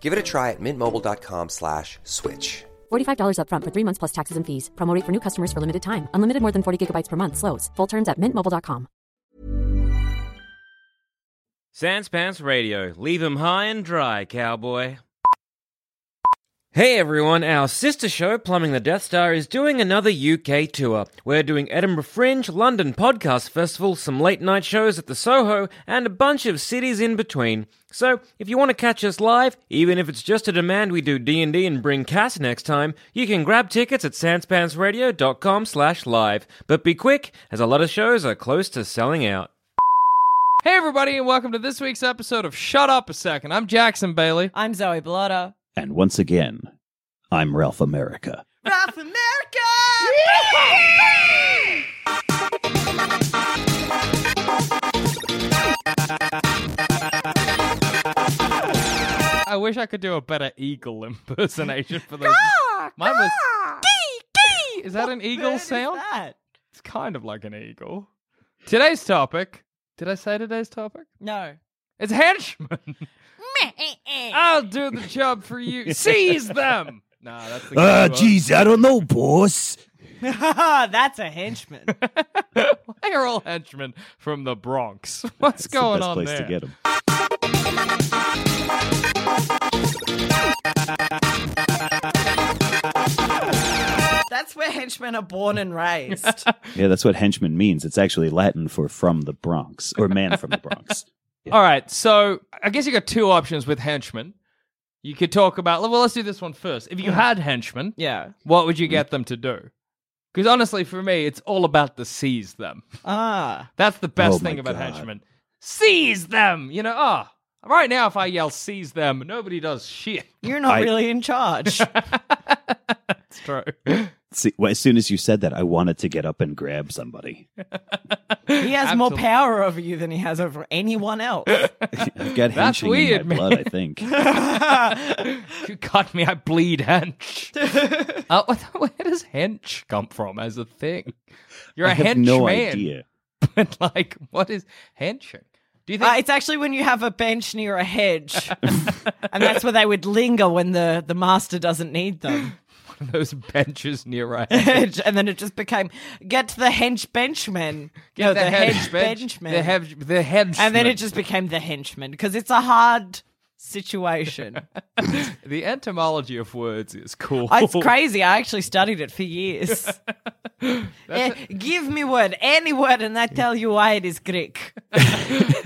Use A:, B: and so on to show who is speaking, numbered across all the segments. A: Give it a try at mintmobile.com slash switch.
B: $45 upfront for three months plus taxes and fees. Promo rate for new customers for limited time. Unlimited more than 40 gigabytes per month. Slows. Full terms at mintmobile.com.
C: Sans Pants Radio. Leave 'em high and dry, cowboy.
D: Hey everyone, our sister show Plumbing the Death Star is doing another UK tour. We're doing Edinburgh Fringe, London Podcast Festival, some late night shows at the Soho, and a bunch of cities in between. So, if you want to catch us live, even if it's just a demand we do D&D and bring Cass next time, you can grab tickets at sanspantsradio.com slash live. But be quick, as a lot of shows are close to selling out.
E: Hey, everybody, and welcome to this week's episode of Shut Up a Second. I'm Jackson Bailey.
F: I'm Zoe Bellotta.
G: And once again, I'm Ralph America.
F: Ralph America!
E: I wish I could do a better eagle impersonation for those. Mine was. Is that an eagle sound?
F: That?
E: It's kind of like an eagle. Today's topic. Did I say today's topic?
F: No.
E: It's henchman. I'll do the job for you. Seize them. Nah, that's the
G: Ah,
E: good one.
G: jeez, I don't know, boss.
F: That's a henchman.
E: They are all henchmen from the Bronx. What's
G: It's the
E: going
G: best
E: on
G: place
E: there?
G: to get him.
F: That's where henchmen are born and raised.
G: Yeah, that's what henchman means. It's actually Latin for from the Bronx or man from the Bronx.
E: All right, so I guess you got two options with henchmen. You could talk about. Well, let's do this one first.
G: Mm.
E: If you had henchmen,
F: yeah.
E: what would you get them to do? Because honestly, for me, it's all about the seize them.
F: Ah.
E: That's the best
G: Oh my
E: thing about
G: God.
E: henchmen. Seize them. You know, ah. right now, if I yell "seize them," nobody does shit.
F: You're not
G: I-
F: really in charge.
E: That's true.
G: See, well, as soon as you said that, I wanted to get up and grab somebody.
F: He has more power over you than he has over anyone else. Uh,
G: I've got
E: That's
G: henching
E: weird,
G: in my
E: man.
G: blood, I think.
E: If you cut me, I bleed hench. uh, what the- where does hench come from as a thing? You're a
G: I have
E: henchman.
G: no idea.
E: But like, what is henching? Do you think?
F: Uh, it's actually when you have a bench near a hedge, and that's where they would linger when the, the master doesn't need them.
E: those benches near a
F: Hedge, and then it just became get the hench benchmen. no, the, hedge benchmen.
E: The hedge, the hedge.
F: and then it just became the henchman because it's a hard situation.
E: the etymology of words is cool.
F: Oh, it's crazy. I actually studied it for years. Eh, give me word, any word, and I tell you why it is Greek.
E: I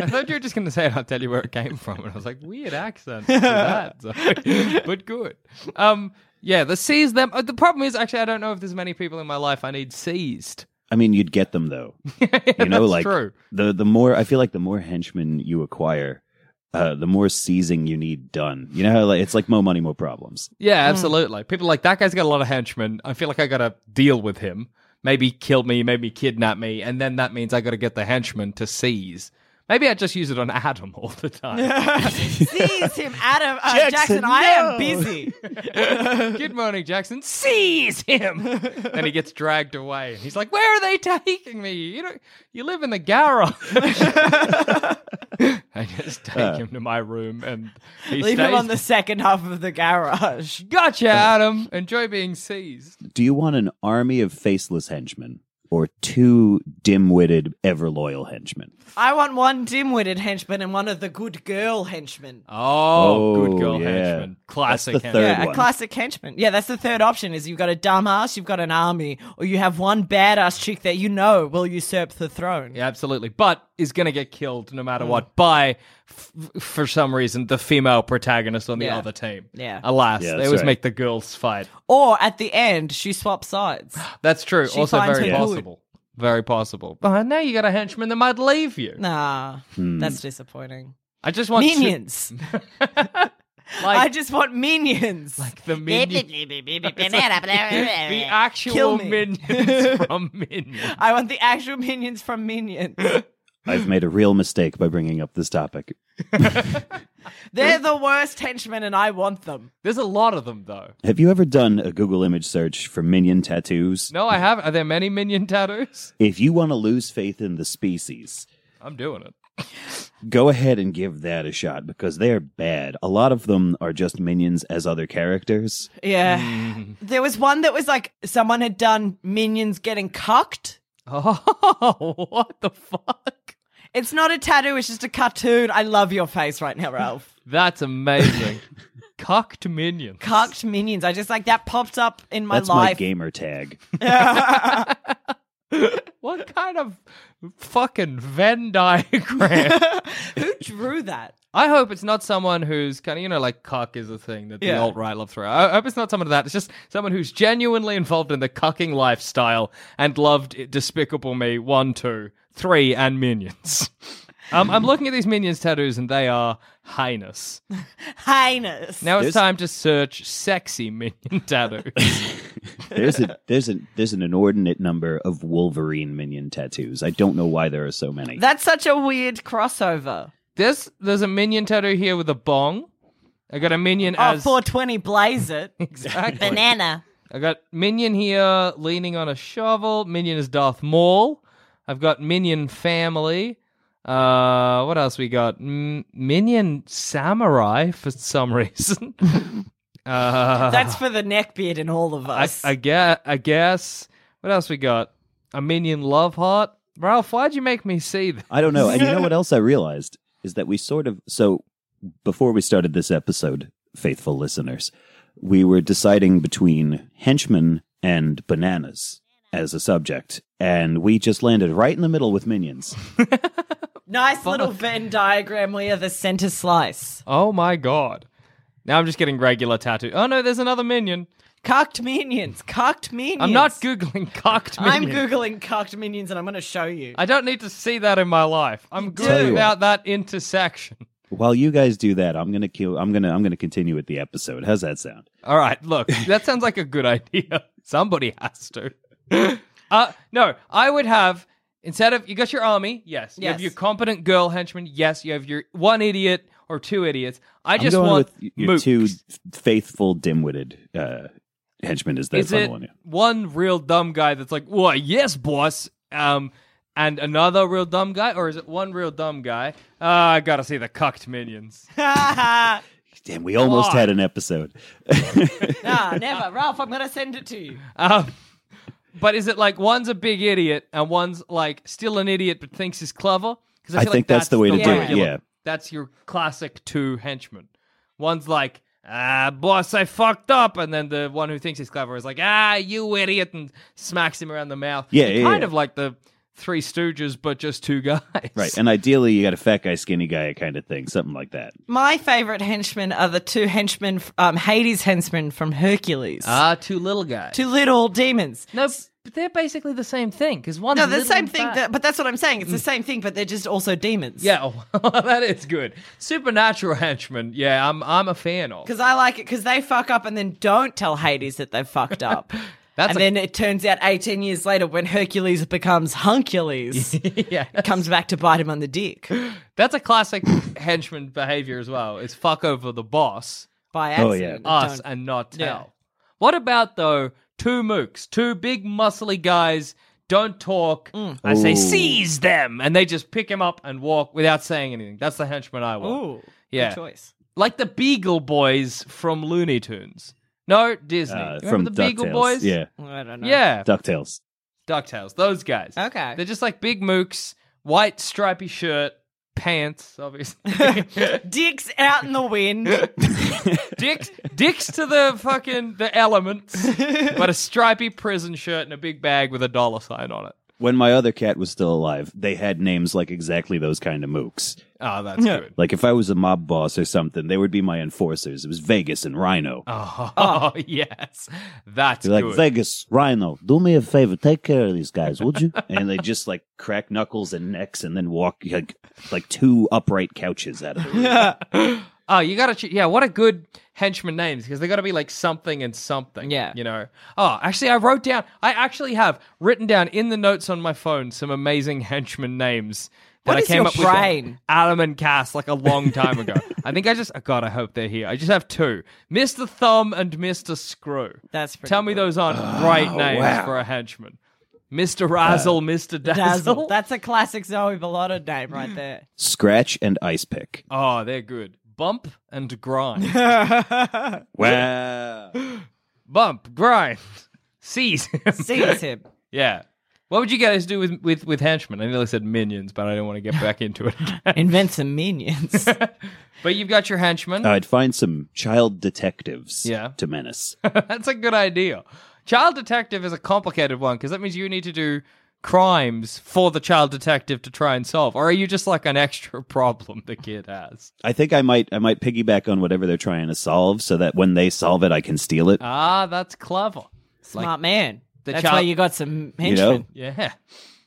E: thought you were just going to say it. I'll tell you where it came from, and I was like, weird accent for that, so- but good. Um, yeah, the seize them. uh, The problem is actually, I don't know if there's many people in my life I need seized.
G: I mean, you'd get them though. you know,
E: that's
G: like
E: true.
G: the the more I feel like the more henchmen you acquire, uh, the more seizing you need done. You know how like it's like mo money, mo problems.
E: Yeah, absolutely. People are like that guy's got a lot of henchmen. I feel like I got to deal with him. Maybe kill me, maybe kidnap me, and then that means I got to get the henchmen to seize. Maybe I just use it on Adam all the time.
F: Seize him, Adam. Uh, Jackson, I am busy.
E: Good morning, Jackson. Seize him, and he gets dragged away. He's like, "Where are they taking me? You know, you live in the garage." I just take him to my room, and he
F: Leave
E: stays.
F: him on the second half of the garage.
E: Gotcha, Adam. Enjoy being seized.
G: Do you want an army of faceless henchmen? or two dim-witted, ever-loyal henchmen.
F: I want one dim-witted henchman and one of the good girl henchmen.
E: Oh,
G: Oh,
E: good girl
G: yeah.
E: henchman. Classic
G: That's the
E: henchman.
G: third
F: yeah, a
G: one.
F: classic henchman. Yeah, that's the third option is you've got a dumbass, you've got an army, or you have one badass chick that you know will usurp the throne.
E: Yeah, absolutely. But is going to get killed no
F: Hmm.
E: matter what by, f- for some reason, the female protagonist on the
F: Yeah.
E: other team.
F: Yeah.
E: Alas,
G: Yeah,
E: they
G: that's
E: always
G: right.
E: make the girls fight.
F: Or at the end, she swaps sides.
E: That's true.
F: She
E: also,
F: finds
E: very
F: her good.
E: possible. Very possible. But now you got a henchman that might leave you.
F: Nah, that's disappointing.
E: I just want two-
F: minions. I just want minions. Like
E: the minions. the actual
F: Kill me.
E: minions from Minions.
F: I want the actual minions from Minions.
G: I've made a real mistake by bringing up this topic.
F: They're the worst henchmen, and I want them.
E: There's a lot of them, though.
G: Have you ever done a Google image search for minion tattoos?
E: No, I haven't. Are there many minion tattoos?
G: If you want to lose faith in the species,
E: I'm doing it.
G: go ahead and give that a shot because they're bad. A lot of them are just minions as other characters.
F: Yeah. There was one that was like someone had done minions getting cucked.
E: Oh, what the fuck?
F: It's not a tattoo, it's just a cartoon. I love your face right now, Ralph.
E: That's amazing. Cocked minion.
F: Cucked minions. I just like that popped up in my
G: That's my
F: life.
G: gamer tag.
E: What kind of fucking Venn diagram?
F: Who drew that?
E: I hope it's not someone who's kind of, you know, like cock is a thing that the
F: Yeah.
E: alt right love throw. I I hope it's not someone of that. It's just someone who's genuinely involved in the cucking lifestyle and loved it- Despicable Me 1, 2, 3, and Minions. Um, I'm looking at these Minions tattoos and they are heinous.
F: Heinous.
E: Now
G: There's-
E: it's time to search sexy Minion tattoos.
G: There's a there's a there's an inordinate number of Wolverine minion tattoos. I don't know why there are so many.
F: That's such a weird crossover.
E: There's, there's a Minion tattoo here with a bong. I got a Minion
F: Oh,
E: as.
F: 420 blaze it.
E: Exactly.
F: Banana.
E: I got Minion here leaning on a shovel. Minion is Darth Maul. I've got Minion family. Uh, what else we got? M- Minion samurai for some reason. uh,
F: That's for the neckbeard in all of
E: I,
F: us.
E: I guess. I guess. What else we got? A Minion love heart. Ralph, why'd you make me see that?
G: I don't know. And you know what else I realized is that we sort of so before we started this episode, faithful listeners, we were deciding between henchmen and bananas as a subject, and we just landed right in the middle with minions.
F: nice little Venn diagram where the center slice.
E: Oh my god! Now I'm just getting regular tattoo. Oh no, there's another Minion.
F: Cocked minions. Cocked minions.
E: I'm not googling cocked
F: I'm
E: Minion.
F: googling cocked minions and I'm going to show you.
E: I don't need to see that in my life. I'm
G: Tell
E: good
G: you
E: about that intersection.
G: While you guys do that, I'm gonna kill. I'm gonna. I'm gonna continue with the episode. How's that sound?
E: All right, look, that sounds like a good idea. Somebody has to. Uh, no, I would have instead of you got your army, yes, you have
F: Yes.
E: your competent girl henchman, yes, you have your one idiot or two idiots. I
G: I'm
E: just
G: going
E: want
G: with your
E: mooks.
G: two faithful, dim-witted uh, henchmen. Is that
E: Is
G: final
E: it
G: one?
E: one real dumb guy that's like, "What? Yes, boss." Um, and another real dumb guy, or is it one real dumb guy? Uh, I gotta see the cucked minions.
G: Damn, we almost
E: God.
G: had an episode.
F: nah, never. Ralph, I'm going to send it to you.
E: Um, but is it like one's a big idiot and one's like still an idiot but thinks he's clever? Because
G: I think that's the way to
F: do it,
G: yeah.
E: that's your classic two henchmen. One's like, ah, boss, I fucked up, and then the one who thinks he's clever is like, ah, you idiot, and smacks him around the mouth.
G: Yeah,
E: You're
G: yeah,
E: kind
G: yeah.
E: of like the Three Stooges, but just two guys.
G: Right. And ideally, you got a fat guy, skinny guy kind of thing, something like that.
F: My favorite henchmen are the two henchmen, f- um, Hades henchmen from Hercules.
E: ah, two little guys.
F: two little demons.
E: no, but they're basically the same thing because one's
F: No, the
E: little
F: same
E: and
F: thing,
E: fat.
F: that, but that's what I'm saying. It's the same thing, but they're just also demons.
E: Mm. Yeah, well, that is good. Supernatural henchman. Yeah, I'm I'm a fan of.
F: Because I like it because they fuck up and then don't tell Hades that they fucked up.
E: That's
F: and
E: a-
F: then it turns out 18 years later when Hercules becomes Huncules,
E: yeah,
F: it comes back to bite him on the dick
E: that's a classic henchman behavior as well. Is fuck over the boss,
F: by
G: Oh,
F: accident.
G: yeah.
E: us,
F: Don't-
E: and not tell.
F: Yeah.
E: What about though two mooks, two big muscly guys? Don't talk.
F: Mm.
E: I say
G: Ooh.
E: seize them, and they just pick him up and walk without saying anything. That's the henchman I want.
F: Ooh,
E: Oh. Yeah.
F: good choice.
E: Like the Beagle Boys from Looney Tunes. No, Disney.
G: Uh,
E: Remember
G: from
E: the Beagle
G: DuckTales.
E: Boys?
G: Yeah.
F: I don't know.
E: Yeah.
G: DuckTales.
E: Ducktales, those guys.
F: Okay.
E: They're just like big mooks, white stripy shirt, pants, obviously.
F: Dicks out in the wind.
E: dicks, dicks to the fucking the elements, but a stripy prison shirt and a big bag with a dollar sign on it.
G: When my other cat was still alive, they had names like exactly those kind of mooks.
E: Oh, that's good.
G: Like if I was a mob boss or something, they would be my enforcers. It was Vegas and Rhino.
E: Oh, yes, that's
G: They're like
E: good.
G: Vegas, Rhino, do me a favor, take care of these guys, would you? and they just like crack knuckles and necks, and then walk like, like two upright couches out of the room.
E: Oh, you gotta, ch- yeah. What a good henchman names because they gotta be like something and something.
F: Yeah.
E: you know. Oh, actually, I wrote down. I actually have written down in the notes on my phone some amazing henchman names that
F: What
E: I
F: is
E: came
F: your
E: up with.
F: brain?
E: Adam and Cass, like a long time ago. I think I just. Oh, God, I hope they're here. I just have two: Mister Thumb and Mister Screw.
F: That's pretty
E: Tell me
F: good.
E: those aren't great names for a henchman. Mister Razzle,
F: Uh,
E: Mister Dazzle.
F: Dazzle. That's a classic Zoe Bellotta name right there.
G: Scratch and Ice Pick.
E: oh, they're good. Bump and grind.
G: Wow.
E: bump, grind, seize him.
F: Sees him.
E: yeah. What would you guys do with with with henchmen? I nearly said minions, but I don't want to get back into it. again.
F: Invent some minions.
E: but you've got your henchmen.
G: I'd find some child detectives
E: Yeah.
G: to menace.
E: That's a good idea. Child detective is a complicated one because that means you need to do crimes for the child detective to try and solve, or are you just like an extra problem the kid has?
G: I think I might I might piggyback on whatever they're trying to solve so that when they solve it I can steal it.
E: Ah, that's clever.
F: Smart man.
E: the
F: That's
E: child-
F: why you got some henchmen.
G: you know?
E: Yeah.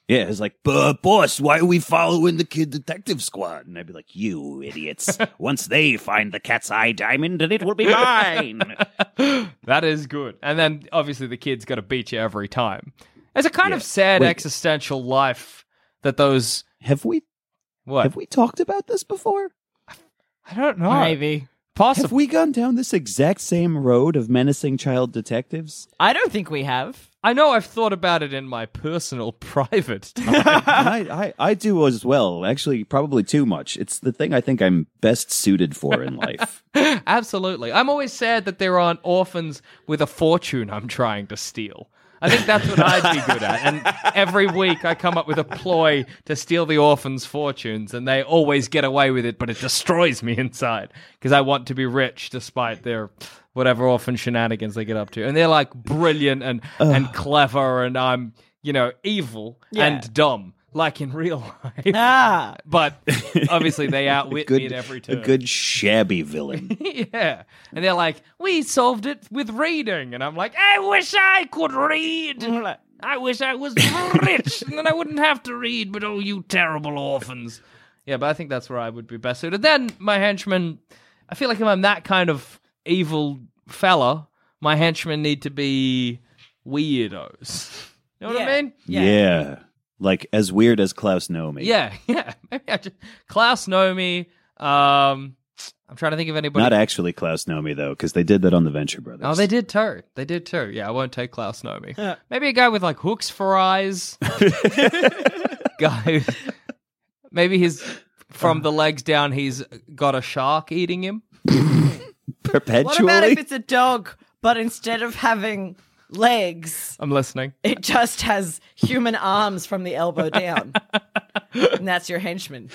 G: Yeah, it's like, but boss, why are we following the kid detective squad? And I'd be like, you idiots. Once they find the cat's eye diamond, then it will be mine.
E: That is good. And then obviously the kid's got to beat you every time. It's a kind of
G: Yeah.
E: sad
G: Wait.
E: existential life that those
G: have we
E: what
G: have we talked about this before?
E: I don't know.
F: Maybe.
G: Have
E: Possibly.
G: we gone down this exact same road of menacing child detectives?
F: I don't think we have.
E: I know I've thought about it in my personal private time.
G: I, I, I do as well. Actually, probably too much. It's the thing I think I'm best suited for in life.
E: Absolutely. I'm always sad that there aren't orphans with a fortune I'm trying to steal. I think that's what I'd be good at. And every week I come up with a ploy to steal the orphans' fortunes, and they always get away with it, but it destroys me inside because I want to be rich despite their whatever orphan shenanigans they get up to. And they're like brilliant and, and clever, and I'm, you know, evil
F: Yeah.
E: and dumb, like in real life.
F: Ah.
E: But obviously, they outwit
G: good,
E: me at every
G: a
E: turn.
G: good shabby villain.
E: yeah. And they're like, we solved it with reading. And I'm like, I wish I could read. I wish I was rich. and then I wouldn't have to read, but oh, you terrible orphans. Yeah, but I think that's where I would be best suited. Then my henchmen, I feel like if I'm that kind of evil fella, my henchmen need to be weirdos. You know what I
F: Yeah.
E: mean?
G: yeah.
F: Yeah.
G: Like as weird as Klaus Nomi.
E: Yeah, yeah. Maybe I just, Klaus Nomi. Um, I'm trying to think of anybody.
G: Not actually Klaus Nomi though, because they did that on the Venture Brothers.
E: Oh, they did too. They did too. Yeah, I won't take Klaus Nomi. Maybe a guy with like hooks for eyes. guy. who- Maybe he's from the legs down. He's got a shark eating him.
F: What about if
G: perpetually.
F: it's a dog, but instead of having legs,
E: I'm listening.
F: it just has human arms from the elbow down? and that's your henchman.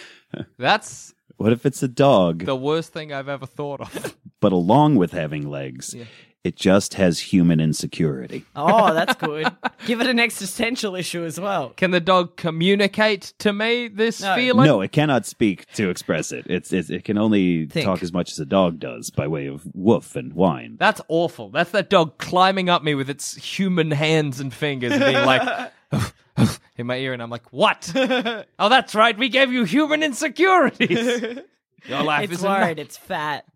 E: That's
G: What if it's a dog,
E: the worst thing I've ever thought of.
G: but along with having legs, it just has human insecurity?
F: Oh, that's good. Give it an existential issue as well.
E: Can the dog communicate to me this
F: No.
E: feeling?
G: no, it cannot speak to express it. It's, it's it can only
F: Think.
G: talk as much as a dog does by way of woof and whine.
E: That's awful. That's that dog climbing up me with its human hands and fingers and being like in my ear, and I'm like, "What? oh, that's right. We gave you human insecurities. Your life
F: It's
E: is
F: worried. It's fat.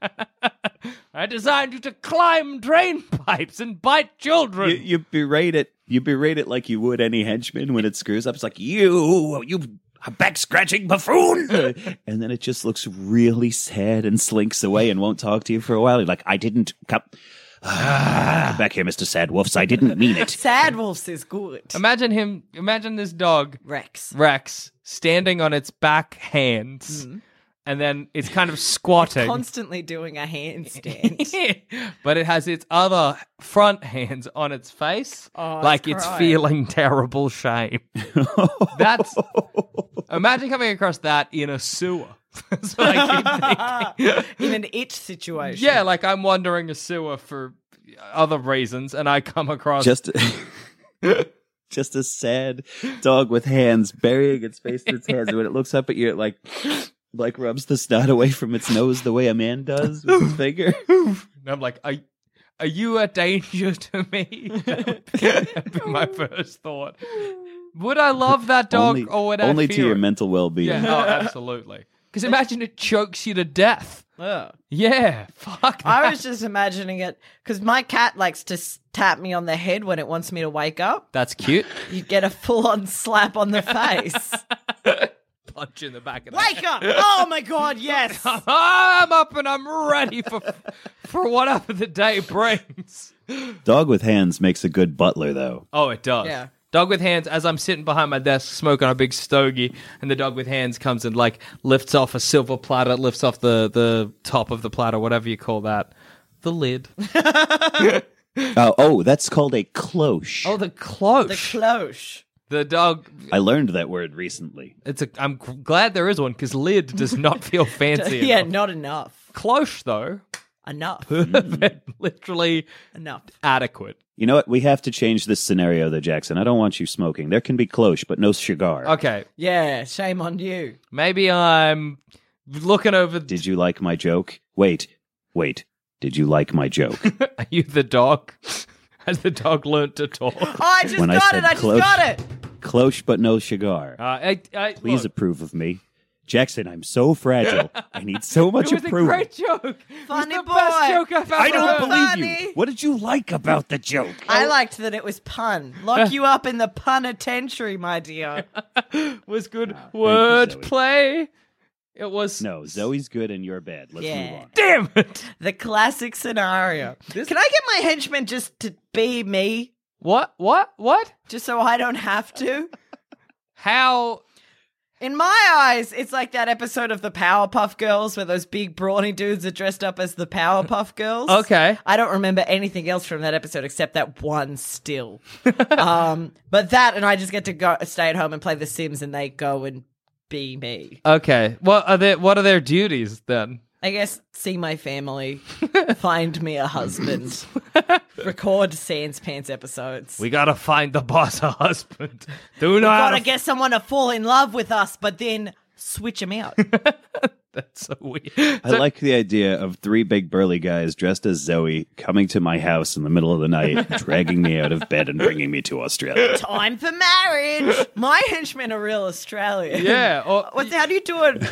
E: I designed you to climb drain pipes and bite children.
G: you, you berate it. You berate it like you would any henchman when it screws up. It's like you, you back scratching buffoon, and then it just looks really sad and slinks away and won't talk to you for a while. You're like, I didn't come. Come back here, Mister Sad Wolfs. I didn't mean it.
F: Sad wolves is good.
E: Imagine him. Imagine this dog
F: Rex.
E: Rex standing on its back hands and then it's kind of squatting.
F: Constantly doing a handstand.
E: but it has its other front hands on its face,
F: Oh, it's
E: like it's
F: crying.
E: feeling terrible shame. That's imagine coming across that in a sewer. That's what I keep thinking.
F: In an itch situation.
E: yeah, like I'm wandering a sewer for other reasons, and I come across
G: just just a sad dog with hands burying its face in its hands and when it looks up at you it like like rubs the snot away from its nose the way a man does with his finger
E: And I'm like, are, are you a danger to me? That'd be my first thought. Would I love that dog
G: only,
E: or would I
G: only
E: fear
G: to your
E: it?
G: mental well-being
E: Yeah, oh, absolutely. Because imagine it chokes you to death.
F: Ugh.
E: Yeah, fuck.
F: I
E: that.
F: was just imagining it because my cat likes to s- tap me on the head when it wants me to wake up.
E: That's cute.
F: You get a full on slap on the face.
E: Punch in the back of the
F: wake up! Oh my god, yes!
E: I'm up and I'm ready for for whatever the day brings.
G: dog with hands makes a good butler though
E: Oh, it does.
F: Yeah.
E: Dog with hands. As I'm sitting behind my desk smoking a big stogie, and the dog with hands comes and like lifts off a silver platter, lifts off the the top of the platter, whatever you call that, the lid.
G: oh, oh that's called a cloche
E: Oh, the cloche.
F: The
E: The,
F: cloche.
E: dog.
G: i learned that word recently
E: It's a. I'm g- glad there is one because lid does not feel fancy.
F: yeah,
E: enough.
F: not enough.
E: Cloche though,
F: Enough.
E: Mm. literally
F: enough.
E: adequate.
G: you know what we have to change this scenario though jackson i don't want you smoking there can be cloche but no cigar
E: Okay,
F: Yeah, shame on you.
E: maybe I'm looking over.
G: did you like my joke wait wait did you like my joke
E: Are you the dog? Has the dog learned to talk?
F: Oh, I just
G: When I
F: got
G: said
F: it. I just
G: cloche-
F: got it.
G: cloche but no cigar
E: Uh, I, I,
G: Please
E: look,
G: approve of me. Jackson, I'm so fragile. I need so much
E: it was
G: approval.
E: a great joke. It was
F: Funny
E: the best
F: boy.
E: joke I've ever
G: I don't
E: heard.
G: believe
F: Funny.
G: you. What did you like about the joke?
F: I liked that it was pun. Lock you up in the penitentiary, my dear.
E: was good
G: Ah, you,
E: word
G: Zoe.
E: play. It was
G: No, Zoe's good and you're bad. Let's
F: Yeah.
G: move on.
E: Damn it!
F: The classic scenario. Can I get my henchman just to be me?
E: What? What? What?
F: Just so I don't have to?
E: How?
F: In my eyes, it's like that episode of the Powerpuff Girls where those big brawny dudes are dressed up as the Powerpuff Girls.
E: Okay.
F: I don't remember anything else from that episode except that one still. um, but that, and I just get to go stay at home and play The Sims, and they go and be me.
E: Okay. What are their What are their duties then?
F: I guess see my family, find me a husband, record Sans Pants episodes.
E: We gotta find the boss a husband. Do not.
F: gotta get someone to fall in love with us, but then switch them out.
E: That's so weird.
G: I like the idea of three big burly guys dressed as Zoe coming to my house in the middle of the night, dragging me out of bed and bringing me to Australia.
F: Time for marriage. My henchmen are real Australian.
E: Yeah. Or,
F: What's, how do you do it?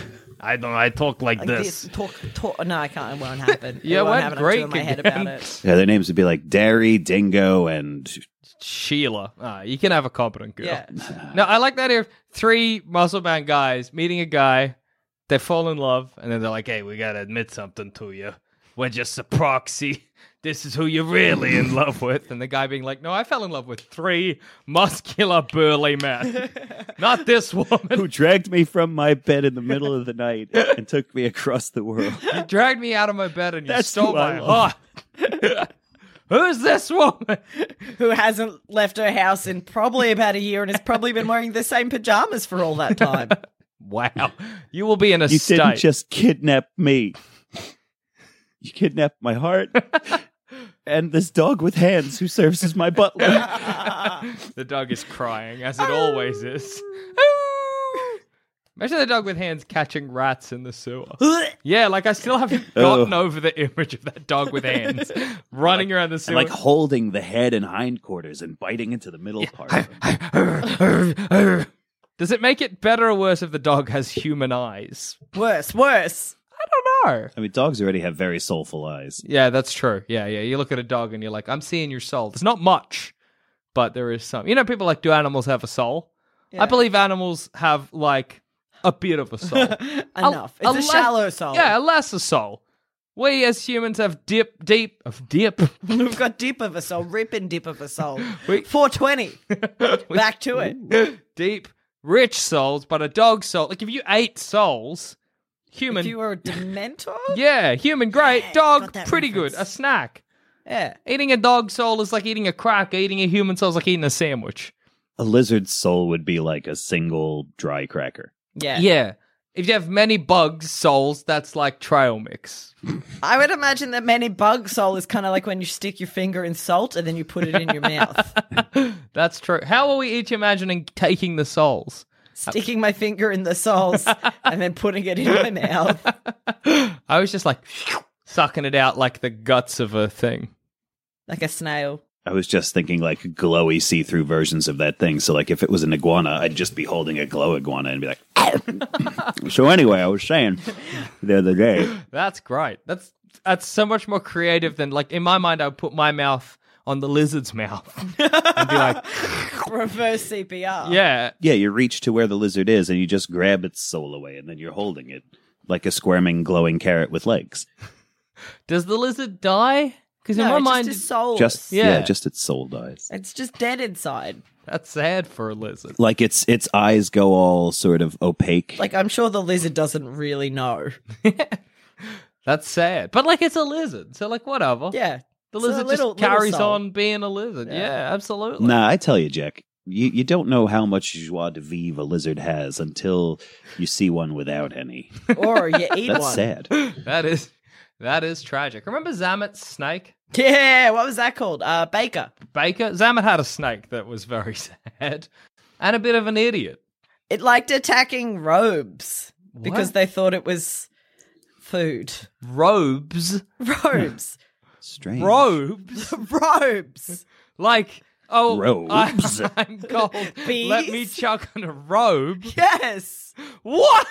E: I don't. I talk like
F: This. Talk, talk. No, I can't. It won't happen.
E: Yeah,
F: it won't
E: went
F: happen.
E: Greek
F: I'm doing my head
E: again.
F: about it.
G: Yeah, their names would be like Dairy, Dingo, and
E: Sheila. Ah, you can have a competent girl.
F: Yeah.
E: No, I like that idea of three muscle bound guys meeting a guy, they fall in love, and then they're like, hey, we gotta admit something to you. We're just a proxy. This is who you're really in love with. And the guy being like, no, I fell in love with three muscular, burly men. Not this woman.
G: who dragged me from my bed in the middle of the night and took me across the world.
E: You dragged me out of my bed and you
G: That's
E: stole
G: who I
E: my
G: love.
E: heart. Who's this woman?
F: Who hasn't left her house in probably about a year and has probably been wearing the same pajamas for all that time?
E: Wow. You will be in a
G: You
E: state.
G: didn't just kidnap me. You kidnapped my heart and this dog with hands who serves as my butler.
E: The dog is crying, as it always is. Imagine the dog with hands catching rats in the sewer. Yeah, like I still haven't gotten over the image of that dog with hands running around the
G: And
E: sewer.
G: like holding the head and hindquarters and biting into the middle part.
E: Does it make it better or worse if the dog has human eyes?
F: worse, worse.
E: I don't know.
G: I mean, dogs already have very soulful eyes.
E: Yeah, that's true. Yeah, yeah. You look at a dog and you're like, I'm seeing your soul. There's not much, but there is some. You know, people are like, do animals have a soul? I believe animals have like a bit of a soul.
F: Enough.
E: A-
F: it's a,
E: less-
F: shallow soul.
E: Yeah, a lesser soul. We as humans have dip, deep, of dip.
F: We've got deep of a soul, ripping deep of a soul.
E: We-
F: 420. Back to it.
E: deep, rich souls, but a dog soul. Like if you ate souls, Human.
F: If you were a dementor?
E: yeah, human, great.
F: got
E: Dog,
F: that
E: pretty good. A
F: reference.
E: snack.
F: Yeah.
E: Eating a dog soul is like eating a crack. Eating a human soul is like eating a sandwich.
G: A lizard's soul would be like a single dry cracker.
F: Yeah.
E: Yeah. If you have many bugs souls, that's like trail mix.
F: I would imagine that many bug soul is kind of like when you stick your finger in salt and then you put it in your mouth.
E: That's true. How are we each imagining taking the souls?
F: Sticking my finger in the soles and then putting it in my mouth.
E: I was just like sucking it out like the guts of a thing.
F: Like a snail.
G: I was just thinking like glowy see through versions of that thing. So, like, if it was an iguana, I'd just be holding a glow iguana and be like, so anyway, I was saying the other day.
E: That's great. That's that's so much more creative than like in my mind I would put my mouth on the lizard's mouth and be like,
F: Reverse CPR.
E: yeah,
G: Yeah, you reach to where the lizard is and you just grab its soul away and then you're holding it like a squirming, glowing carrot with legs.
E: does the lizard die? Because
F: No,
E: in my
F: it's
E: mind,
F: just his soul.
G: Just, yeah.
E: Yeah.
G: just its soul dies.
F: It's just dead inside.
E: that's sad for a lizard.
G: Like its its eyes go all sort of opaque.
F: Like, I'm sure the lizard doesn't really know.
E: That's sad, but like it's a lizard, so like whatever.
F: Yeah.
E: the
F: it's a little-
E: lizard just
F: little
E: carries
F: soul.
E: on being a lizard. Yeah, absolutely.
G: nah, I tell you, Jack, you, you don't know how much joie de vivre a lizard has until you see one without any.
F: Or you eat
G: That's
F: one.
G: sad.
E: That is that is tragic. Remember Zamet's snake?
F: Yeah. What was that called? Uh, Baker.
E: Baker? Zamet had a snake that was very sad and a bit of an idiot.
F: It liked attacking robes because
E: What?
F: they thought it was food.
E: Robes.
F: Robes.
G: Strange.
E: Robes.
F: robes.
E: Like, oh,
G: Robes.
E: I, am cold. Let me
F: Bees?
E: chuck on a robe.
F: Yes.
E: What?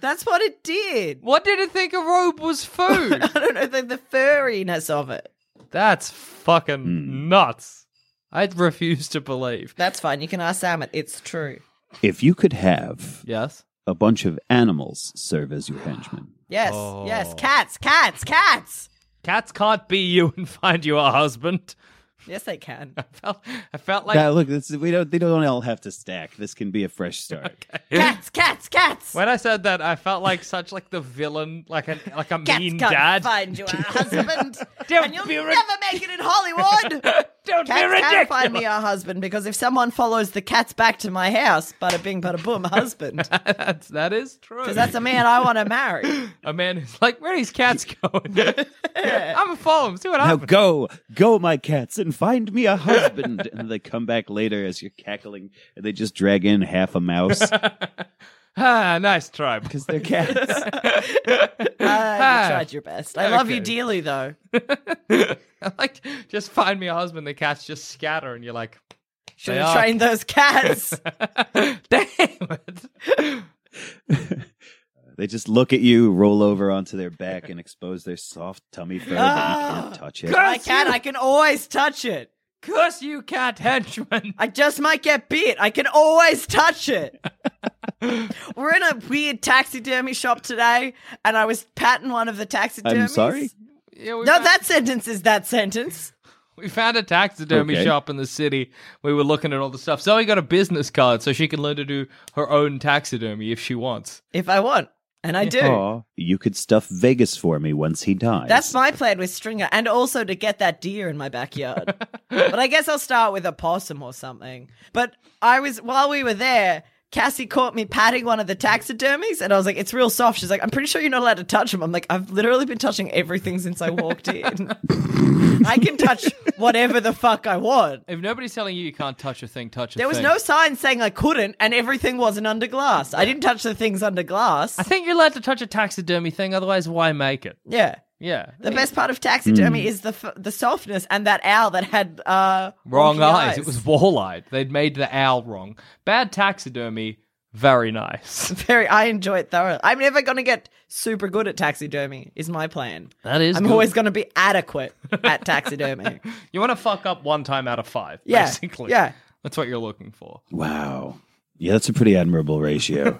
F: That's what it did.
E: What did it think a robe was food?
F: I don't know the, the furriness of it.
E: That's fucking
G: Hmm.
E: nuts. I refuse to believe.
F: That's fine. You can ask Sam it. It's true.
G: If you could have
E: Yes.
G: a bunch of animals serve as your henchmen,
F: Yes.
E: Oh.
F: Yes. Cats. Cats. Cats.
E: Cats can't be you and find you a husband.
F: Yes, they can.
E: I felt, I felt like
G: Now, look, this, we don't. They don't all have to stack. This can be a fresh start.
F: Cats. Cats. Cats.
E: When I said that, I felt like such like the villain, like a like a
F: Cats
E: mean
F: can't
E: dad.
F: find you a husband,
E: Don't
F: and you'll
E: be ri-
F: never make it in Hollywood.
E: Don't
F: Cats
E: be
F: can't
E: ridiculous.
F: find me a husband because if someone follows the cats back to my house, bada bing, bada boom, husband.
E: That's that is true.
F: Because that's a man I want to marry. Uh,
E: a man who's like, where are these cats going? I'm gonna follow him. See what
G: Now
E: happens.
G: go, go, my cats, and find me a husband. and they come back later as you're cackling, and they just drag in half a mouse
E: ah, nice try.
G: because they're cats.
F: Uh,
E: Ah.
F: you tried your best. I love you
E: Okay.
F: dearly, though.
E: like, just find me a husband. The cats just scatter, and you're like,
F: Should
E: They
F: have
E: are.
F: trained those cats.
E: damn it.
G: they just look at you, roll over onto their back, and expose their soft tummy fur that you
F: Ah,
G: can't touch it.
F: I can. I can always touch it.
E: Curse you, cat henchman.
F: I just might get bit. I can always touch it. We're in a weird taxidermy shop today, and I was patting one of the taxidermies.
G: sorry?
E: Yeah, we
F: No,
E: found-
F: that sentence is that sentence.
E: We found a taxidermy
G: Okay.
E: shop in the city. We were looking at all the stuff. Zoe got a business card so she can learn to do her own taxidermy if she wants.
F: If I want, and I do.
G: Aw, you could stuff Vegas for me once he dies.
F: That's my plan with Stringer, and also to get that deer in my backyard. but I guess I'll start with a possum or something. But I was while we were there, Cassie caught me patting one of the taxidermies, and I was like, "It's real soft." She's like, "I'm pretty sure you're not allowed to touch them." I'm like, "I've literally been touching everything since I walked in. I can touch whatever the fuck I want."
E: If nobody's telling you you can't touch a thing, touch a
F: There was
E: thing.
F: no sign saying I couldn't, and everything wasn't under glass. I didn't touch the things under glass.
E: I think you're allowed to touch a taxidermy thing, otherwise, why make it?
F: yeah.
E: Yeah.
F: The best part of
E: hmm.
F: taxidermy is the f- the softness and that owl that had uh,
E: Wrong
F: wonky
E: eyes. It was wall eyed. They'd made the owl wrong. Bad taxidermy, very nice.
F: very. I enjoy it thoroughly. I'm never going to get super good at taxidermy. Is my plan.
E: That is
F: I'm
E: good.
F: always going to be adequate at taxidermy.
E: You want to fuck up one time out of five,
F: Yeah,
E: basically.
F: yeah.
E: That's what you're looking for.
G: wow. Yeah, that's a pretty admirable ratio.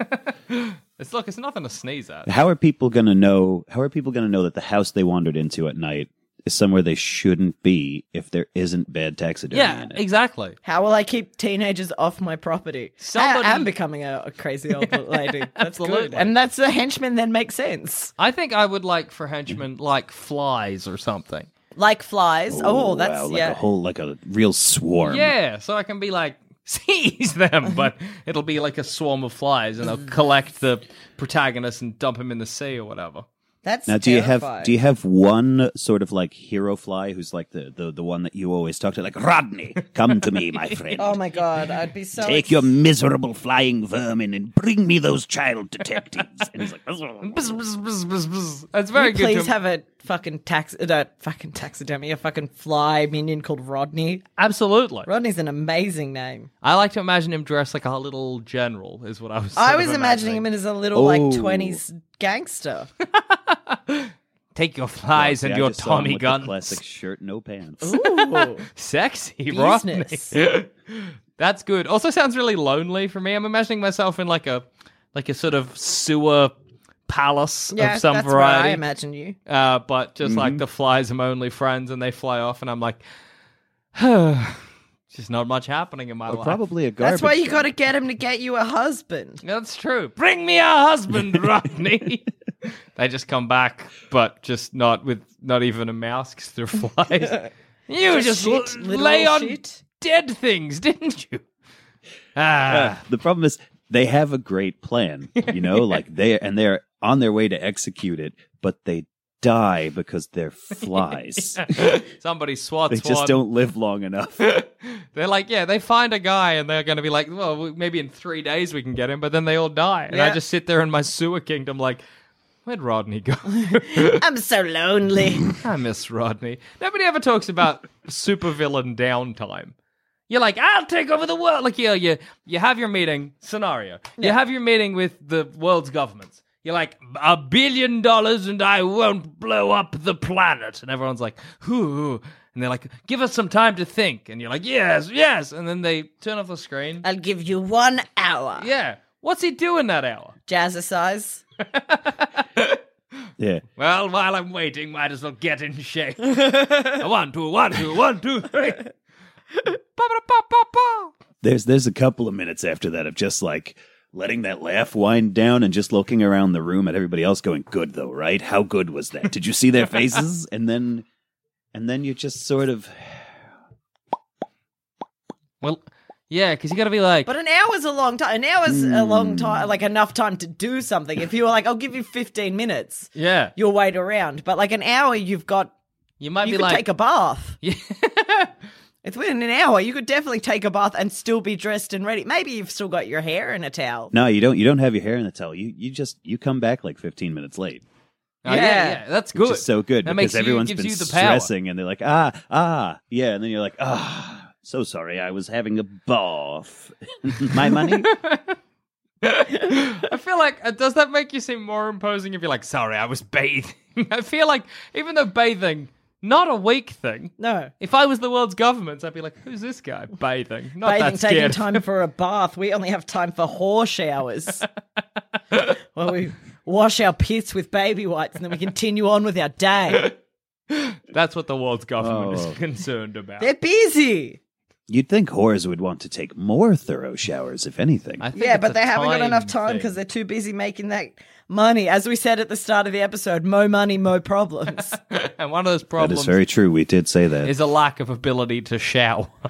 E: It's look, it's nothing to sneeze at.
G: how are people going to know? How are people going to know that the house they wandered into at night is somewhere they shouldn't be if there isn't bad taxidermy
E: Yeah,
G: in it.
E: exactly.
F: How will I keep teenagers off my property?
E: Somebody-
F: I am becoming a, a crazy old lady. That's good.
E: absolutely.
F: And that's the henchman then makes sense.
E: I think I would like for henchmen like flies or something.
F: Like flies. Oh, that's
G: wow, like
F: yeah.
G: a whole like a real swarm.
E: Yeah, so I can be like seize them, but it'll be like a swarm of flies, and they'll collect the protagonist and dump him in the sea or whatever.
F: that's
G: Now, do you
F: terrifying.
G: have do you have one sort of like hero fly who's like the the, the one that you always talk to, like Rodney? Come to me, my friend.
F: Oh my god, I'd be so
G: Take your miserable flying vermin and bring me those child detectives. and he's like,
E: Bzz, bzz, bzz, bzz, bzz. That's very good.
F: Please
E: to-
F: have a fucking tax, uh, no, fucking taxidermy, a fucking fly minion called Rodney.
E: absolutely.
F: Rodney's an amazing name.
E: I like to imagine him dressed like a little general. Is what I was.
F: I
E: sort
F: was
E: of
F: imagining him as a little
G: Oh.
F: like twenties gangster.
E: Take your flies
G: See,
E: and
G: I
E: your
G: just saw him
E: Tommy
G: with the
E: gun.
G: Classic shirt, no pants.
F: Ooh.
E: Sexy,
F: Business.
E: Rodney. That's good. Also, sounds really lonely for me. I'm imagining myself in like a, like a sort of sewer palace
F: yeah,
E: of some
F: that's
E: variety.
F: what I imagine you.
E: Uh, but just like the flies are my only friends and they fly off, and I'm like, just not much happening in my life.
G: Probably a garbage.
F: That's why you got to get him to get you a husband.
E: That's true. Bring me a husband, Rodney. they just come back, but just not with not even a mask 'cause they're flies. you just,
F: Just
E: l-
F: shit, little
E: lay on
F: shit.
E: dead things, didn't you? Ah,
G: the problem is they have a great plan, you know, like they and they're on their way to execute it, but they die because they're flies.
E: somebody swats
G: They just
E: one.
G: don't live long enough.
E: They're like, yeah, they find a guy and they're going to be like, well, we- maybe in three days we can get him, but then they all die. And I
F: Yeah.
E: just sit there in my sewer kingdom, like, where'd Rodney go?
F: I'm so lonely.
E: I miss Rodney. Nobody ever talks about supervillain downtime. You're like, I'll take over the world. Like, yeah, you, you have your meeting scenario. You have your meeting with the world's governments. You're like, a billion dollars and I won't blow up the planet. And everyone's like, whoo. And they're like, give us some time to think. And you're like, yes, yes. And then they turn off the screen.
F: I'll give you one hour.
E: yeah. What's he doing that hour?
F: Jazzercise.
G: Yeah.
E: Well, while I'm waiting, might as well get in shape. one, two, one, two, one, two, three. Ba-ba-da-ba-ba-ba.
G: There's there's a couple of minutes after that of just like letting that laugh wind down and just looking around the room at everybody else going, Good though, right? How good was that? Did you see their faces? And then and then you just sort of
E: Well, yeah, because you got to be like,
F: But an hour's a long time. An hour's a long
E: Hmm.
F: time, like enough time to do something. If you were like, I'll give you 15 minutes,
E: yeah,
F: you'll wait around. But like an hour, you've got,
E: you might
F: you
E: be
F: could
E: like,
F: take a bath.
E: Yeah.
F: It's within an hour. You could definitely take a bath and still be dressed and ready. Maybe you've still got your hair in a towel.
G: No, you don't you don't have your hair in the towel. You you just you come back like fifteen minutes late.
E: Oh, yeah. yeah,
F: Yeah.
E: that's
G: Which
E: good.
G: is so good because
E: That makes you-
G: everyone's
E: gives
G: been
E: you the power.
G: stressing and they're like, ah, ah, yeah, and then you're like, ah, so sorry, I was having a bath. My money?
E: I feel like uh, does that make you seem more imposing if you're like, sorry, I was bathing. I feel like even though bathing, not a weak thing.
F: No.
E: If I was the world's government, I'd be like, who's this guy bathing? Not
F: Bathing,
E: that
F: taking
E: scared.
F: time for a bath. We only have time for whore showers. well, we wash our pits with baby wipes and then we continue on with our day.
E: That's what the world's government
G: Oh.
E: is concerned about.
F: They're busy.
G: You'd think whores would want to take more thorough showers, if anything.
E: I think
F: Yeah,
E: it's a
F: but they haven't got enough time
E: thing.
F: because they're too busy making that money. As we said at the start of the episode, mo money, mo problems.
E: and one of those
G: that is
E: problems
G: very true. We did say that.
E: is a lack of ability to shower.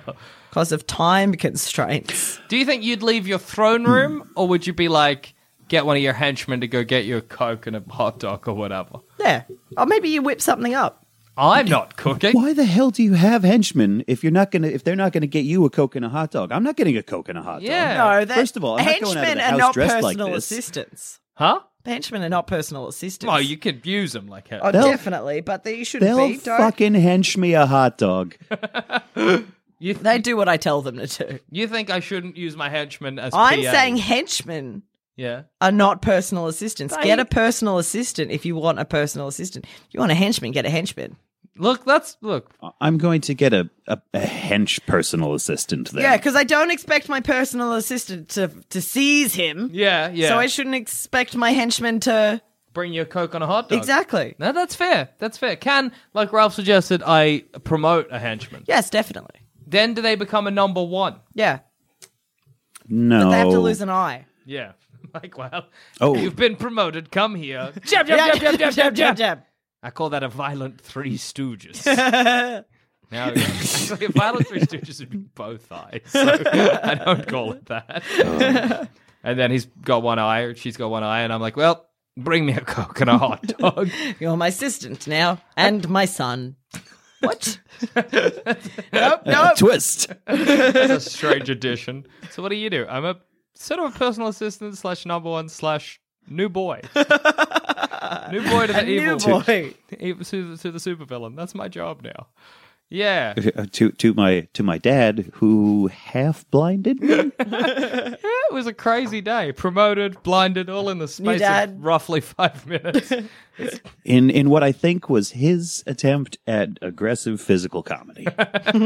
F: Because of time constraints.
E: Do you think you'd leave your
G: Hmm.
E: throne room, or would you be like, get one of your henchmen to go get you a coke and a hot dog or whatever?
F: Yeah. Or maybe you whip something up.
E: I'm not cooking.
G: Why the hell do you have henchmen if you're not gonna if they're not gonna get you a coke and a hot dog? I'm not getting a coke and a hot
E: Yeah.
G: dog.
F: No, that,
G: First of all, I'm not going out of
F: henchmen
G: the
F: are
G: house
F: not
G: dressed like
F: personal
G: this.
F: assistants.
E: Huh?
F: The henchmen are not personal assistants.
E: Well, you could use them like
F: Oh,
E: that.
G: They'll-
F: definitely, but they shouldn't
G: They'll
F: be. Don't.
G: fucking hench me a hot dog.
F: They do what I tell them to do.
E: You think I shouldn't use my henchmen as
F: I'm
E: PA?
F: saying henchmen
E: yeah.
F: are not personal assistants.
E: They-
F: Get a personal assistant if you want a personal assistant. If you want a henchman, get a henchman.
E: Look, that's look.
G: I'm going to get a, a, a hench personal assistant then.
F: Yeah, because I don't expect my personal assistant to to seize him.
E: Yeah, yeah.
F: So I shouldn't expect my henchman to
E: bring you a Coke on a hot dog.
F: Exactly.
E: No, that's fair. That's fair. Can, like Ralph suggested, I promote a henchman?
F: Yes, definitely.
E: Then do they become a number one?
F: Yeah.
G: No.
F: But they have to lose an eye.
E: Yeah. Like, well,
G: Oh.
E: you've been promoted. Come here. Jab, jab,
F: Yeah.
E: jab, jab, jab, jab, jab.
F: jab.
E: I call that a violent Three Stooges. now, yeah. actually, a violent Three Stooges would be both eyes. So I don't call it that. Um. and then he's got one eye, or she's got one eye, and I'm like, well, bring me a coke and a hot dog.
F: You're my assistant now, and my son. What? nope, nope.
G: Uh, Twist.
E: That's a strange addition. So what do you do? I'm a sort of a personal assistant slash number one slash new boy. new boy to the
F: A new
E: evil
F: Oh, boy.
E: evil- to the, to the supervillain. That's my job now. Yeah.
G: to to my to my dad who half blinded me.
E: It was a crazy day. Promoted, blinded, all in the space
F: dad.
E: of roughly five minutes.
G: in in what I think was his attempt at aggressive physical comedy.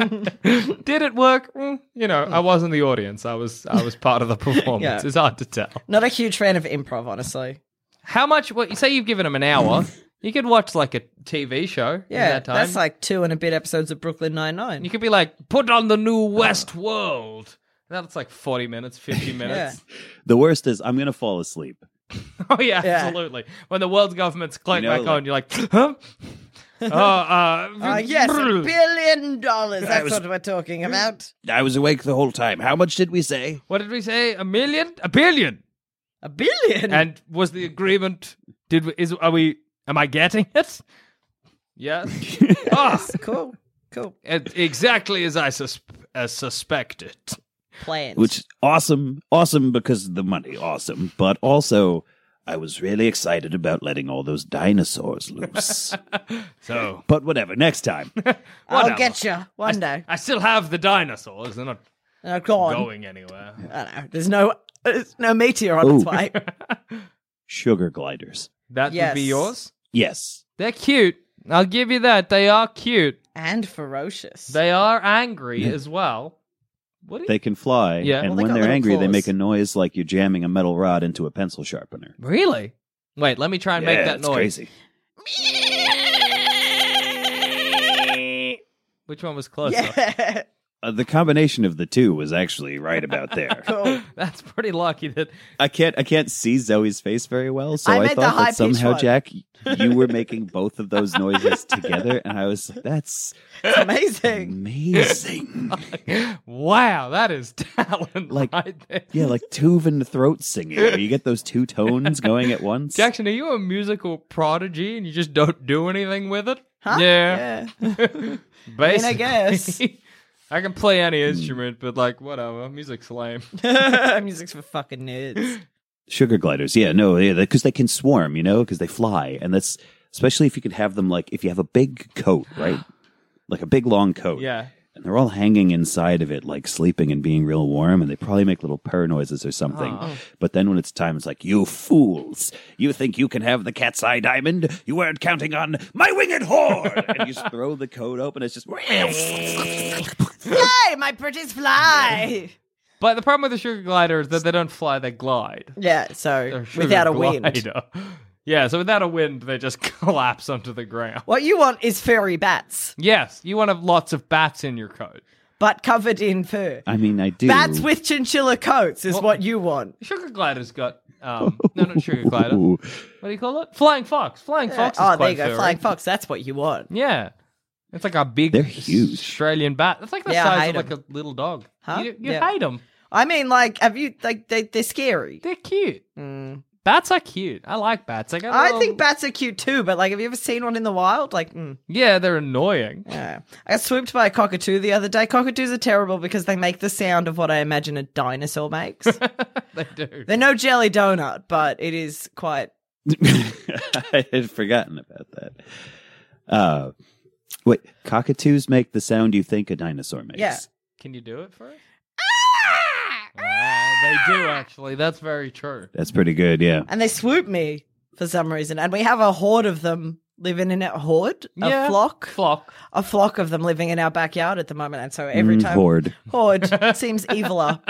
E: Did it work? Mm, you know, I wasn't the audience. I was I was part of the performance.
F: Yeah.
E: It's hard to tell.
F: Not a huge fan of improv, honestly.
E: How much? Well, you say you've given him an hour. You could watch like a TV show. in
F: Yeah,
E: that time.
F: that's like two and a bit episodes of Brooklyn Nine Nine.
E: You could be like, put on the new
F: Uh.
E: West World. That's like 40 minutes, 50
F: yeah,
E: minutes.
G: the worst is I'm gonna fall asleep.
E: Oh, yeah,
F: Yeah.
E: absolutely. When the world's government's cloak
G: You know,
E: back
G: like-
E: on, you're like, huh? uh, uh,
F: uh, yes, a
E: brr.
F: billion dollars. That's
G: was-
F: what we're talking about.
G: I was awake the whole time. How much did we say?
E: What did we say? A million? A billion.
F: A billion.
E: And was the agreement, did we, is, are we, am I getting it? Yes. Ah,
F: cool, cool
E: it- exactly as I sus- as suspected.
F: plans.
G: Which awesome, awesome because of the money, awesome. But also, I was really excited about letting all those dinosaurs loose.
E: So,
G: but whatever, next time.
F: I'll
E: whatever.
F: get you one day.
E: I still have the dinosaurs. They're not
F: Uh, go on.
E: going anywhere.
F: I don't know. There's no, there's no meteor on its
G: Ooh.
F: way.
G: Sugar gliders.
E: That would be
F: Yes.
E: yours?
G: Yes.
E: They're cute. I'll give you that. They are cute.
F: And ferocious.
E: They are angry as well. What? Are
G: They can fly.
E: Yeah.
G: And
F: Well, they
G: when
F: got
G: they're
F: little
G: angry, they
F: claws.
G: make a noise like you're jamming a metal rod into a pencil sharpener.
E: really? Wait, let me try and
G: yeah,
E: make that
G: it's
E: noise.
G: crazy.
E: Which one was closer?
F: yeah.
G: Uh, the combination of the two was actually right about there.
F: Cool.
E: That's pretty lucky that
G: I can't I can't see Zoe's face very well, so
F: I
G: I,
F: meant the
G: thought that
F: high-pitched
G: somehow,
F: one.
G: Jack, you were making both of those noises together, and I was like, "That's
F: It's
E: Mm.
F: amazing.
G: amazing!"
E: wow, that is talent
G: Like-
E: right there.
G: yeah, like Tuvan throat singing. where You get those two tones going at once.
E: Jackson, are you a musical prodigy and you just don't do anything with it?
F: Huh?
E: Yeah.
F: mean, I
E: Basically.
F: guess.
E: I can play any instrument, but like whatever, music's lame.
F: Music's for fucking nerds.
G: Sugar gliders. Yeah, no, yeah, because they can swarm, you know, because they fly, and that's especially if you could have them like if you have a big coat, right? Like a big long coat.
E: Yeah.
G: And they're all hanging inside of it, like sleeping and being real warm, and they probably make little purr noises or something. But then when it's time, it's like, you fools! You think you can have the cat's eye diamond? You weren't counting on my winged horn! and you just throw the coat open, it's just.
F: fly, my pretties fly.
E: But the problem with the sugar glider is that they don't fly, they glide.
F: Yeah, so
E: They're sugar
F: without a wind.
E: glider. Yeah, so without a wind, they just collapse onto the ground.
F: What you want is furry bats,
E: Yes, you want to have lots of bats in your coat.
F: but covered in fur.
G: I mean, I do.
F: Bats with chinchilla coats is what you want.
E: Sugar glider's got um, no, not sugar glider. What
G: Ooh.
E: do you call it? Flying fox. Flying
F: Yeah.
E: fox. Is
F: Oh, there
E: quite
F: you go.
E: furry.
F: Flying fox, that's what you want.
E: Yeah, it's like a big.
G: They're huge.
E: Australian bat. That's like the
F: Yeah, I
E: size
F: hate
E: of like
F: 'em.
E: a little dog.
F: Huh?
E: You, you
F: Yeah.
E: hate them.
F: I mean, like, have you, like, they, they're scary.
E: They're cute.
F: Mm.
E: Bats are cute. I like bats. I, got a
F: I
E: little-
F: think bats are cute too, but, like, have you ever seen one in the wild? Like, mm.
E: Yeah, they're annoying.
F: Yeah. I got swooped by a cockatoo the other day. Cockatoos are terrible because they make the sound of what I imagine a dinosaur makes.
E: they do.
F: They're no jelly donut, but it is quite.
G: I had forgotten about that. Uh, wait, cockatoos make the sound you think a dinosaur makes.
F: Yeah.
E: Can you do it for us? Ah, they do actually. That's very true.
G: That's pretty good, yeah.
F: And they swoop me for some reason. And we have a horde of them living in a horde, a
E: Yeah.
F: flock,
E: Flock.
F: a flock of them living in our backyard at the moment. And so every
G: Mm,
F: time
G: horde.
F: horde seems eviler.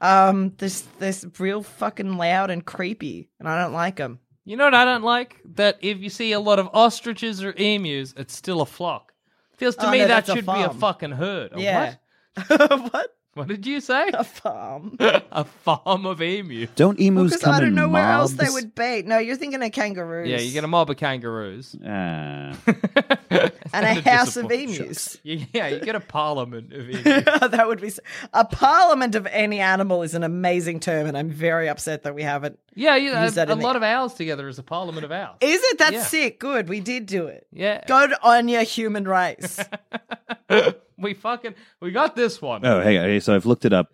F: Um, this this real fucking loud and creepy, and I don't like them.
E: You know what I don't like? That if you see a lot of ostriches or emus, it's still a flock. Feels to
F: Oh,
E: me
F: no,
E: that
F: that's a
E: should be a
F: farm.
E: fucking herd. A
F: Yeah.
E: What?
F: what?
E: What did you say?
F: A farm.
E: a farm of emus.
G: Don't emus
F: Because
G: come
F: I don't
G: in
F: know where else
G: mobs?
F: they would be. No, you're thinking of kangaroos.
E: Yeah, you get a mob of kangaroos.
G: Ah.
F: and a house of emus.
E: Yeah, you get a parliament of emus.
F: that would be s a parliament of any animal is an amazing term, and I'm very upset that we haven't.
E: Yeah, you
F: Use that
E: a, a
F: in the-
E: lot of owls together is a parliament of owls.
F: Is it? That's
E: Yeah.
F: sick. Good, we did do it.
E: Yeah.
F: Good on your human race.
E: we fucking we got this one.
G: Oh, hey, hey, so I've looked it up.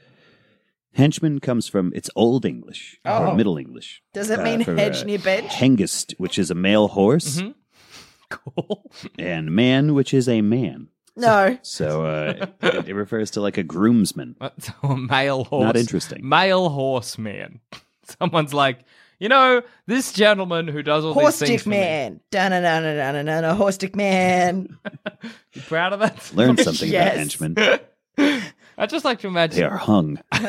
G: Henchman comes from it's Old English or Middle English.
F: Oh. Does it
G: uh,
F: mean
G: for,
F: hedge
G: uh,
F: near bench? Mm-hmm.
G: Hengist, which is a male horse,
E: Cool.
G: and man, which is a man.
F: No.
G: So uh, it, it refers to like a groomsman.
E: So a male horse.
G: interesting.
E: Male horse man. Someone's like, you know, this gentleman who does all
F: Horse
E: these things.
F: dick
E: for me."
F: man. Da na na na na na na. Horse dick man.
E: You proud of that?
G: Learn something
F: Yes.
G: about henchmen.
E: I just like to
G: They
E: imagine
G: are hung.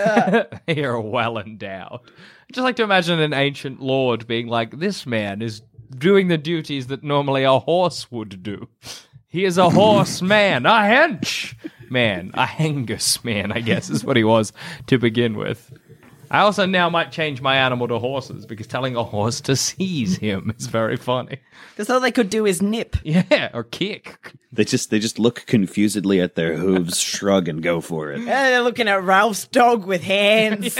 E: they are well endowed. I just like to imagine an ancient lord being like, this man is doing the duties that normally a horse would do. He is a horse man, a hench man, a hengus man, I guess is what he was to begin with. I also now might change my animal to horses because telling a horse to seize him is very funny.
F: Because all they could do is nip.
E: Yeah, or kick.
G: They just they just look confusedly at their hooves, shrug, and go for it.
F: Uh, they're looking at Ralph's dog with hands.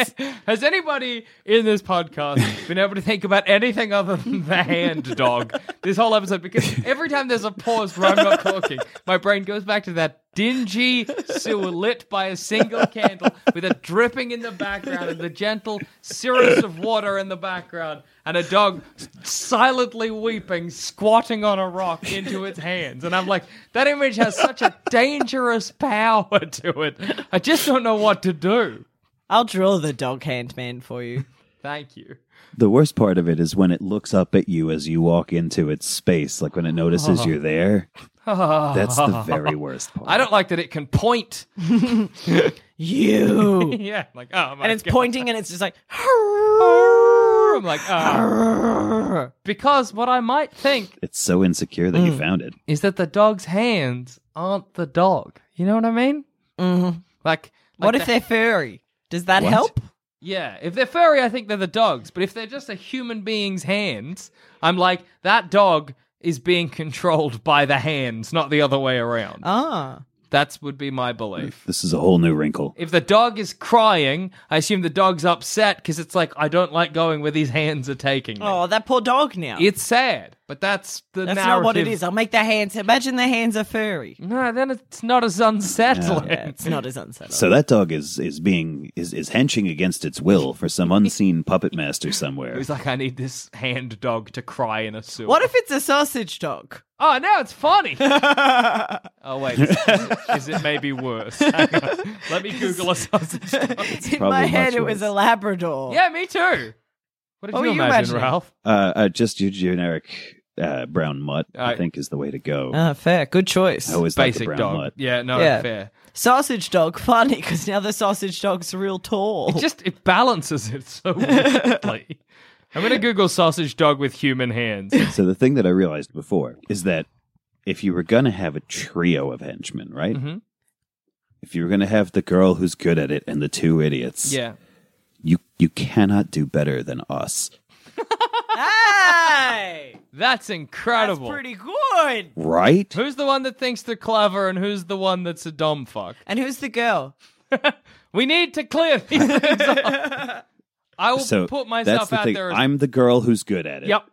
E: Has anybody in this podcast been able to think about anything other than the hand dog this whole episode? Because every time there's a pause where I'm not talking, my brain goes back to that dingy sewer lit by a single candle with a dripping in the background and the gentle cirrus of water in the background and a dog silently weeping, squatting on a rock into its hands. And I'm like, that image has such a dangerous power to it. I just don't know what to do.
F: I'll draw the dog hand man for you.
E: Thank you.
G: The worst part of it is when it looks up at you as you walk into its space, like when it notices you're there. That's the very worst part.
E: I don't like that it can point.
F: You.
E: Yeah, like oh my
F: and it's
E: God.
F: pointing and it's just like
E: I'm like oh. because what I might think
G: It's so insecure that you found it.
E: is that the dog's hands aren't the dog. You know what I mean? Mm-hmm. Like,
F: what
E: like
F: if
E: the-
F: they're furry does that help
E: Yeah, if they're furry, I think they're the dogs. But if they're just a human being's hands, I'm like that dog is being controlled by the hands, not the other way around.
F: ah
E: That's would be my belief.
G: This is a whole new wrinkle.
E: If the dog is crying, I assume the dog's upset because it's like I don't like going where these hands are taking me.
F: oh that poor dog now
E: It's sad, but that's the
F: that's
E: narrative.
F: not what it is i'll make the hands imagine the hands are furry
E: No, then it's not as unsettling.
F: yeah, it's not as unsettling
G: So that dog is is being is is henching against its will for some unseen puppet master
E: It
G: somewhere.
E: was like I need this hand dog to cry in a sewer.
F: what if it's a sausage dog
E: Oh, now it's funny. oh wait, is it- is it maybe worse? Hang on. Let me Google a sausage dog.
F: in
G: probably
F: my head
G: much
F: it was
G: worse.
F: a labrador
E: Yeah, me too. What
F: What
E: did you
F: were you
E: imagine,
F: imagining?
E: Ralph?
G: Uh, uh, just your generic uh, brown mutt, I
E: Uh,
G: think, is the way to go.
F: Ah, fair. Good choice.
G: I always like the
E: Basic
G: brown
E: dog.
G: mutt.
E: Yeah, no,
F: Yeah.
E: fair.
F: Sausage dog, funny, because now the sausage dog's real tall.
E: It just it balances it so weirdly. I'm gonna Google sausage dog with human hands.
G: So the thing that I realized before is that if you were gonna have a trio of henchmen, right?
E: Mhm.
G: If you were gonna have the girl who's good at it and the two idiots,
E: Yeah.
G: you you cannot do better than us.
F: hey!
E: That's
F: That's
E: incredible.
F: pretty good.
G: Right?
E: Who's the one that thinks they're clever and who's the one that's a dumb fuck?
F: And who's the girl?
E: We need to clear these things up. I will
G: So
E: put
G: that's
E: myself
G: the
E: out
G: thing.
E: there as
G: I'm the girl who's good at it.
E: Yep.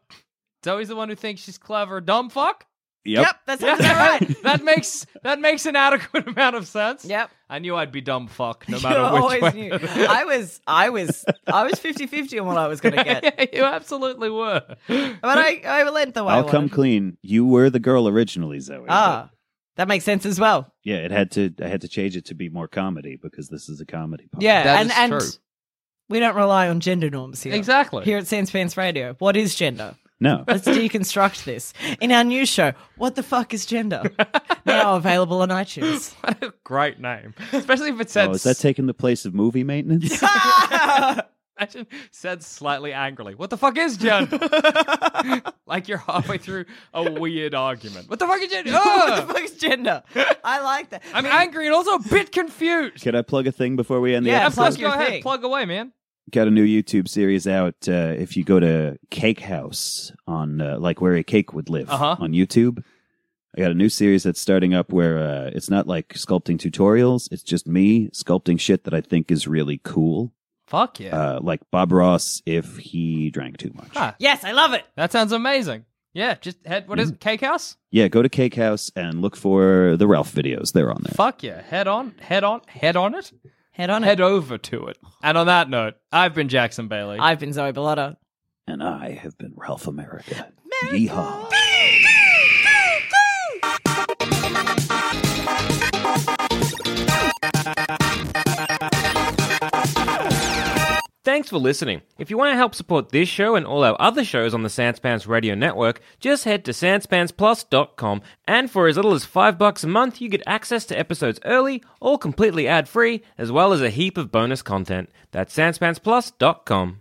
E: Zoe's the one who thinks she's clever, dumb fuck.
G: Yep.
F: that sounds
E: Yeah,
F: right.
E: that makes that makes an adequate amount of sense.
F: Yep.
E: I knew I'd be dumb fuck no
F: You
E: matter which
F: always
E: way.
F: knew. I was, I was, I was 50-50 on what I was going to get,
E: Yeah, you absolutely were.
F: but I, I lent the way. I
G: I'll come
F: wanted.
G: clean. You were the girl originally, Zoe. but
F: Ah, that makes sense as well.
G: Yeah, it had to I had to change it to be more comedy because this is a comedy podcast.
F: Yeah,
E: That
F: and
E: is
F: and
E: true.
F: we don't rely on gender norms here.
E: Exactly.
F: Here at Sans Pants Radio, what is gender?
G: No.
F: Let's deconstruct this in our new show. What the fuck is gender? now available on iTunes.
E: What a great name. Especially if it says
G: Oh, is that taking the place of movie maintenance?
E: Imagine said slightly angrily, "What the fuck is Jen?" like you're halfway through a weird argument. What the fuck is
F: what
E: Jen?
F: the
E: Oh!
F: fuck's gender? I like that.
E: I'm angry and also a bit confused.
G: Can I plug a thing before we end the
F: Yeah,
E: Yeah,
G: episode?
F: plug
E: plus go
F: your
E: ahead,
F: thing.
E: plug away, man.
G: Got a new YouTube series out. Uh, if you go to Cake House on uh, like where a cake would live
E: Uh-huh.
G: on YouTube, I got a new series that's starting up where uh, it's not like sculpting tutorials. It's just me sculpting shit that I think is really cool.
E: Fuck yeah.
G: Uh, like Bob Ross if he drank too much.
E: Huh.
F: yes, I love it.
E: That sounds amazing. Yeah, just head. What is
F: Mm.
E: it, Cake House?
G: Yeah, go to Cake House and look for the Ralph videos. They're on there.
E: Fuck yeah. Head on, head on, head on it,
F: Head on
E: head
F: it.
E: over to it. And on that note, I've been Jackson Bailey.
F: I've been Zoe Bellotta.
G: And I have been Ralph America. Yeehaw.
D: Thanks for listening. If you want to help support this show and all our other shows on the Sanspants Radio Network, just head to sanspantsplus.com and for as little as 5 bucks a month, you get access to episodes early, all completely ad-free, as well as a heap of bonus content. That's sanspantsplus.com.